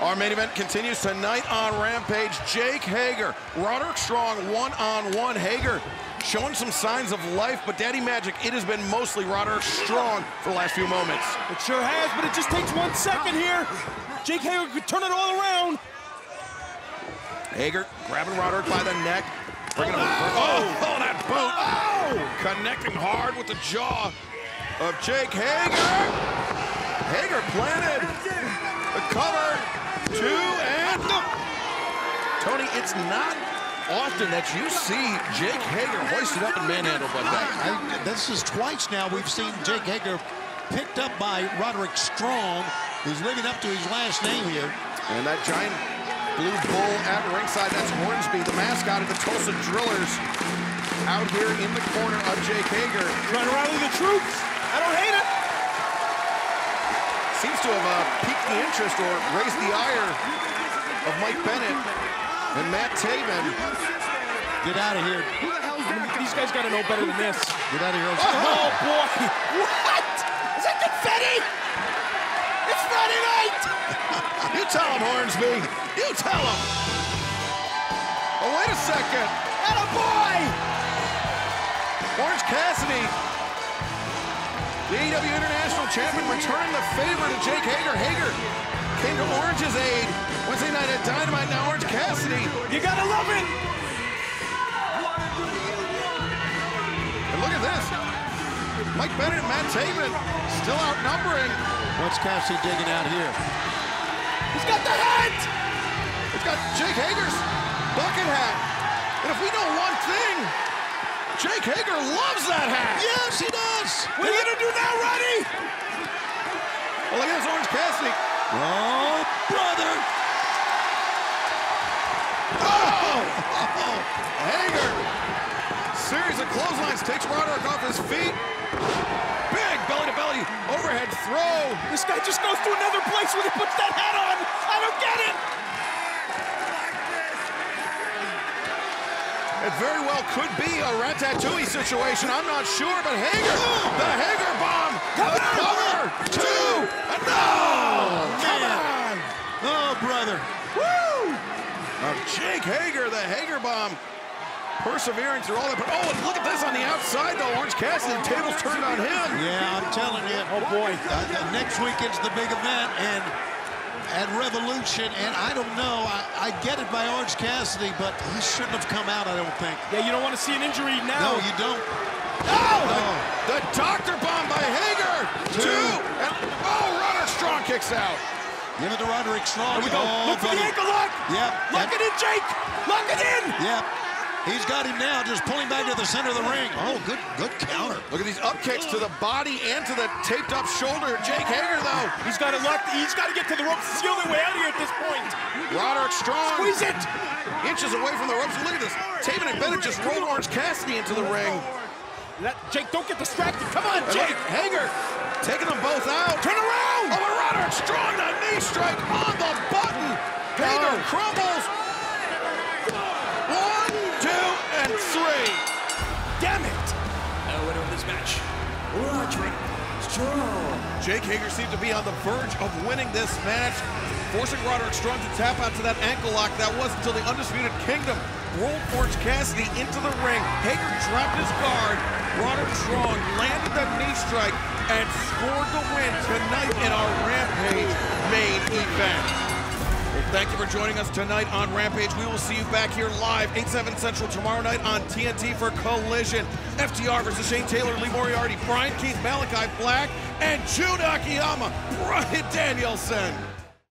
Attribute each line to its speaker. Speaker 1: Our main event continues tonight on Rampage. Jake Hager, Roderick Strong one-on-one. Hager showing some signs of life, but Daddy Magic, it has been mostly Roderick Strong for the last few moments.
Speaker 2: It sure has, but it just takes one second here. Jake Hager could turn it all around.
Speaker 1: Hager grabbing Roderick by the neck. Bringing him oh, oh, that boot. Connecting hard with the jaw of Jake Hager. Hager planted. The cover. Two and the... Tony, it's not often that you see Jake Hager hoisted up and manhandled like that.
Speaker 3: I, this is twice now we've seen Jake Hager picked up by Roderick Strong, who's living up to his last name here.
Speaker 1: And that giant blue bull at ringside, that's Hornsby, the mascot of the Tulsa Drillers, out here in the corner of Jake Hager.
Speaker 2: Trying to rally the troops. I don't hate it.
Speaker 1: Seems to have uh, piqued the interest or raised the ire of Mike Bennett and Matt Taven.
Speaker 3: Get out of here.
Speaker 2: These guys got to know better than this.
Speaker 3: Get out of here.
Speaker 2: Oh, boy. What? Is that confetti? It's Friday night.
Speaker 1: You tell him, Hornsby. You tell him. Oh, wait a second.
Speaker 2: And a boy.
Speaker 1: Orange Cassidy, the AEW International Champion, returning the favor to Jake Hager. Hager came to Orange's aid Wednesday night at Dynamite. Now Orange Cassidy,
Speaker 2: You got to love it.
Speaker 1: and look at this. Mike Bennett and Matt Taven still outnumbering.
Speaker 3: What's Cassidy digging out here?
Speaker 2: He's got the hat.
Speaker 1: It's got Jake Hager's bucket hat. And if we know one thing, Jake Hager loves that hat.
Speaker 3: Yes, he does.
Speaker 2: What are you going to do now, Roddy?
Speaker 1: Well, look at this Orange Cassidy.
Speaker 3: Oh, brother.
Speaker 1: Oh! Hager. Series of clotheslines takes Roderick off his feet. Big belly-to-belly overhead throw.
Speaker 2: This guy just goes to another place when he puts that hat on. I don't get it.
Speaker 1: It very well could be a ratatouille situation. I'm not sure, but Hager, the Hager bomb. The cover. Two. And no!
Speaker 3: Man. Oh, brother.
Speaker 2: Woo!
Speaker 1: Now, Jake Hager, the Hager bomb, persevering through all that. But oh, and look at this on the outside, though. Orange Cassidy, the tables turned on him.
Speaker 3: Yeah, I'm telling you.
Speaker 2: Oh, boy.
Speaker 3: Uh, uh, next weekend's the big event, and at Revolution, and I don't know. I, I get it by Orange Cassidy, but he shouldn't have come out, I don't think.
Speaker 2: Yeah, you don't want to see an injury
Speaker 3: No,
Speaker 2: now.
Speaker 3: you don't.
Speaker 1: Oh, the, the doctor bomb by Hager.
Speaker 3: Two.
Speaker 1: Two. And oh, Roderick Strong kicks out.
Speaker 3: Give it to Roderick Strong.
Speaker 2: There we go.
Speaker 3: Oh,
Speaker 2: Look for the
Speaker 3: buddy.
Speaker 2: ankle lock.
Speaker 3: Yep.
Speaker 2: Lock it in, Jake. Lock it in.
Speaker 3: Yep. He's got him now, just pulling back to the center of the ring. Oh, good good counter.
Speaker 1: Look at these up kicks to the body and to the taped-up shoulder. Jake Hager, though.
Speaker 2: He's got it locked. He's got to get to the ropes. It's the only way out of here at this point.
Speaker 1: Roderick Strong.
Speaker 2: Squeeze it.
Speaker 1: Inches away from the ropes. Look at this. Taven and Bennett just rolled Orange Cassidy into the ring.
Speaker 2: Let- Jake, don't get distracted. Come on,
Speaker 1: And look,
Speaker 2: Jake.
Speaker 1: Hager taking them both out.
Speaker 2: Turn
Speaker 1: Oh, and
Speaker 2: around.
Speaker 1: Roderick Strong, the knee strike on the button. Hager
Speaker 2: Oh.
Speaker 1: crumbles. One, two, and three.
Speaker 2: Damn it.
Speaker 4: Uh, winner of this match, Roderick Strong.
Speaker 1: Jake Hager seemed to be on the verge of winning this match, forcing Roderick Strong to tap out to that ankle lock. That was until the Undisputed Kingdom rolled Orange Cassidy into the ring. Hager dropped his guard. Roderick Strong landed that knee strike and scored the win tonight in our Rampage main event. Well, thank you for joining us tonight on Rampage. We will see you back here live, 8, 7 Central, tomorrow night on TNT for Collision. FTR versus Shane Taylor, Lee Moriarty, Brian Keith, Malachi Black, and Jun Akiyama, Brian Danielson.